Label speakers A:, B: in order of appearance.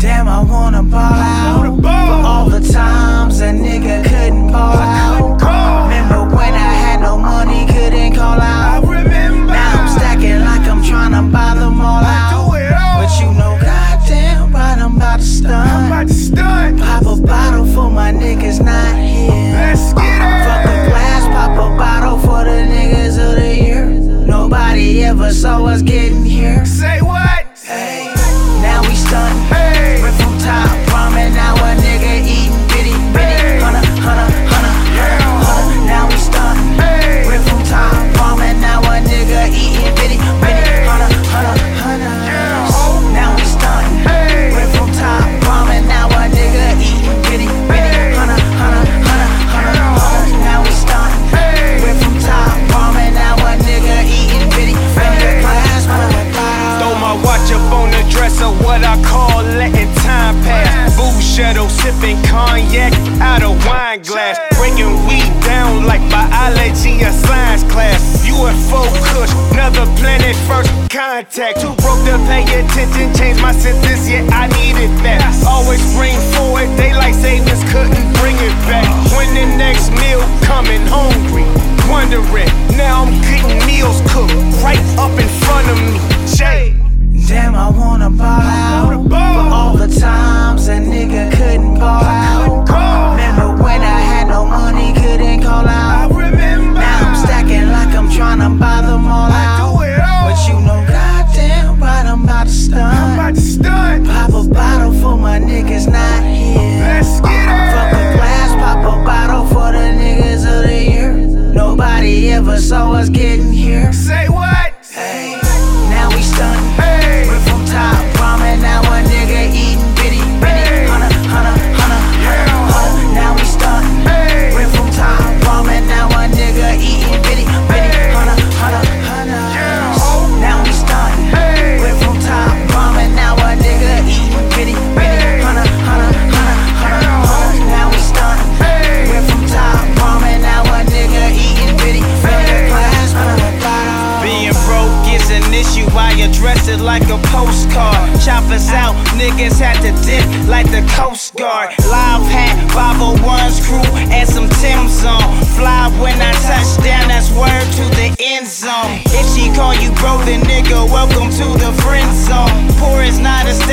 A: time I wanna ball out. For all the times a nigga couldn't ball out. Remember when I had no money, couldn't call out. Now I'm stacking like I'm trying to buy them all out. But you know, goddamn right, I'm about to stun. Pop a bottle for my niggas not here. Fuck a glass, pop a bottle for the niggas of the year. Nobody ever saw us getting here.
B: Say what?
A: Hey, now we stunned.
B: Hey.
A: Rip from top, ramen, now a nigga eating bitty bitty.
B: Hey.
A: Hunna, hunna, hunna, hunna, now we stunned.
B: Hey.
A: Rip from top, ramen, now a nigga eating bitty bitty.
B: Hey.
A: Hunna, hunna, hunna,
B: Yeah.
A: now we stunned.
B: Hey.
A: Rip from top, ramen, now a nigga eating bitty bitty.
B: Hey.
A: Hunna, hunna, hunna, hunna,
B: Yeah.
A: hunna, now we stunned.
B: Hey.
A: Rip from top, ramen, now a nigga eating bitty bitty.
B: Hey.
A: Glass, wanna bottle.
C: Throw my watch up on the dresser, what I call letting time pass. Boo shadow sipping cognac out of wine glass. Breaking weed down like biology or science class. UFO Kush, another planet first contact. Too broke to pay attention, change my sentence, yeah, I needed that. Always bring forward, daylight savings couldn't bring it back. When the next meal coming hungry, wondering. Now I'm getting meals cooked right up in front of me. Jay.
A: Damn, I wanna ball out. For all the times a nigga couldn't ball out. Remember when I had no money, couldn't call out. Now I'm stacking like I'm trying to buy them all out. But you know, goddamn right, I'm about to stun. Pop a bottle for my niggas not here. Fuck a glass, pop a bottle for the niggas of the year. Nobody ever saw us getting here.
B: Say what?
A: Hey, now we stunned.
B: Hey.
A: Rip from top, ramen, now a nigga eating bitty,
B: Hey.
A: bitty. Hunna, hunna, hunna, hunna, now we stunned.
B: Hey.
A: Rip from top, ramen, now a nigga eating bitty, bitty.
B: Hey.
A: Hunna, hunna, hunna, Oh,
B: Yeah.
A: now we stunned.
B: Hey.
A: Rip from top, ramen, now a nigga eating bitty, bitty.
B: Hey.
A: Hunna, hunna, hunna, hunna,
B: Yeah.
A: hunna, now we stunned.
B: Hey.
A: Rip from top, ramen, now a nigga eating bitty, bitty.
B: Hey.
A: Glass, wanna bottle.
C: Being broke is an issue, I address it like a postcard. Choppers out, niggas had to dip like the Coast Guard. Live hat, 501's crew, and some Tim's on. Fly when I touch down, that's word to the end zone. If she call you bro, then nigga, welcome to the friend zone. Poor is not a